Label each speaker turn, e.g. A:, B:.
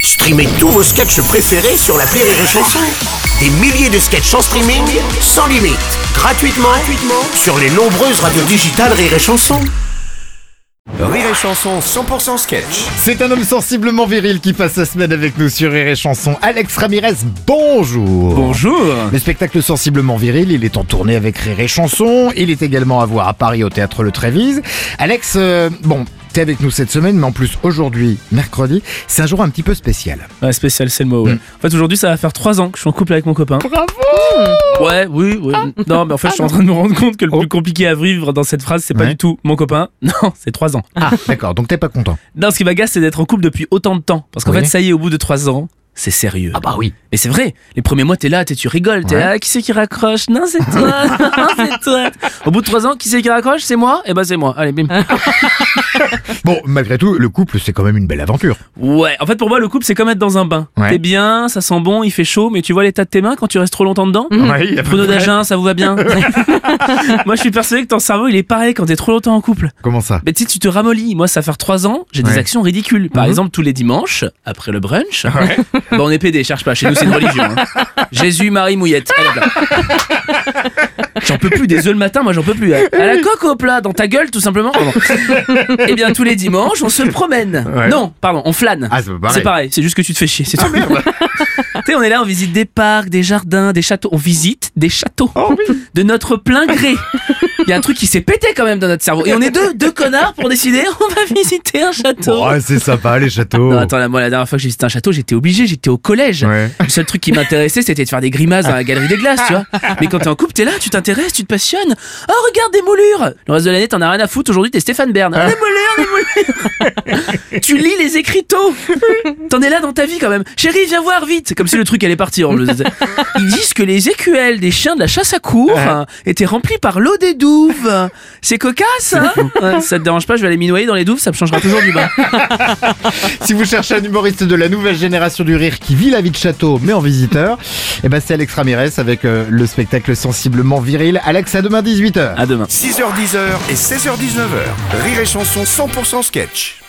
A: Streamez tous vos sketchs préférés sur la Rire et Chanson. Des milliers de sketchs en streaming, sans limite, gratuitement, gratuitement sur les nombreuses radios digitales Rire et Chanson. Rire et Chanson 100% sketch.
B: C'est un homme sensiblement viril qui passe sa semaine avec nous sur Rire et Chanson. Alex Ramirez, bonjour
C: Bonjour
B: Le spectacle Sensiblement viril, il est en tournée avec Rire et Chanson. Il est également à voir à Paris au Théâtre Le Trévise. Alex, euh, bon, t'es avec nous cette semaine, mais en plus aujourd'hui, mercredi, c'est un jour un petit peu spécial.
C: Ouais, spécial, c'est le mot,
B: Mm.
C: ouais. En fait, aujourd'hui, ça va faire 3 ans que je suis en couple avec mon copain. Mmh.
B: Bravo Ah.
C: Ouais, oui, oui. non, mais en fait, je suis en train de me rendre compte que le
B: Oh.
C: plus compliqué à vivre dans cette phrase, c'est pas
B: Ouais.
C: du tout mon copain. Non, c'est 3 ans.
B: Ah, d'accord, donc t'es pas content.
C: Non, ce qui m'agace, c'est d'être en couple depuis autant de temps. Parce qu'en
B: Oui.
C: fait, ça y est, au bout de 3 ans, c'est sérieux.
B: bah oui
C: Et c'est vrai, les premiers mois, t'es là, t'es, tu rigoles, t'es
B: Ouais.
C: là, qui c'est qui raccroche Non, c'est toi Non, c'est toi Au bout de 3 ans, qui c'est qui raccroche C'est moi Eh ben, c'est moi. Allez, bim.
B: Bon, malgré tout, le couple, c'est quand même une belle aventure.
C: Ouais, en fait pour moi le couple c'est comme être dans un bain.
B: Ouais.
C: T'es bien, ça sent bon, il fait chaud, mais tu vois l'état de tes mains quand tu restes trop longtemps dedans
B: Oui, à peu
C: Bruno
B: près.
C: Dagen, ça vous va bien Moi je suis persuadé que ton cerveau il est pareil quand t'es trop longtemps en couple.
B: Comment ça
C: Mais tu sais, tu te ramollis. Moi ça fait trois ans, j'ai des
B: Ouais. Mhm.
C: actions ridicules. Par exemple tous les dimanches, après le brunch, bah, on est pédé, cherche pas, chez nous c'est une religion. hein. Jésus, Marie, Mouillette. Allez, hop là. J'en peux plus, des œufs le matin, moi j'en peux plus. À la coque au plat, dans ta gueule tout simplement. Eh bien tous les dimanches on se promène.
B: Ouais.
C: Non, pardon, on flâne.
B: Ah, c'est pas
C: C'est
B: pareil. Ah,
C: pareil, c'est juste que tu te fais chier, c'est tout. Tu sais, on est là, on visite des parcs, des jardins, des châteaux. On visite des châteaux. De notre plein gré. Il y a un truc qui s'est pété quand même dans notre cerveau. Et on est deux, deux connards pour décider, on va visiter un château.
B: Bon, ouais, c'est sympa, les châteaux.
C: Non, attends, là, moi, la dernière fois que j'ai visité un château, j'étais obligé, j'étais au collège.
B: Ouais.
C: Le seul truc qui m'intéressait, c'était de faire des grimaces dans la galerie des glaces, tu vois. Mais quand t'es en couple, t'es là, tu t'intéresses, tu te passionnes. Oh, regarde des moulures Le reste de l'année, t'en as rien à foutre. Aujourd'hui, t'es Stéphane Bern. Ah, Des moulures, des moulures Tu lis les écriteaux T'en es là dans ta vie quand même. Chérie, viens voir vite C'est Comme si le truc allait partir. en plus. Ils disent que les écuelles des chiens de la chasse à cour euh, étaient remplies par l'eau des douves. C'est cocasse, hein Ouais, Ça te dérange pas, je vais aller minoyer dans les douves, ça me changera toujours du bas.
B: Si vous cherchez un humoriste de la nouvelle génération du rire qui vit la vie de château mais en visiteur, eh ben c'est Alex Ramirez avec euh, le spectacle sensiblement viril. Alex, à demain 18h.
C: À demain.
A: 6h10 et 16h19. Rire et Chanson 100% sketch.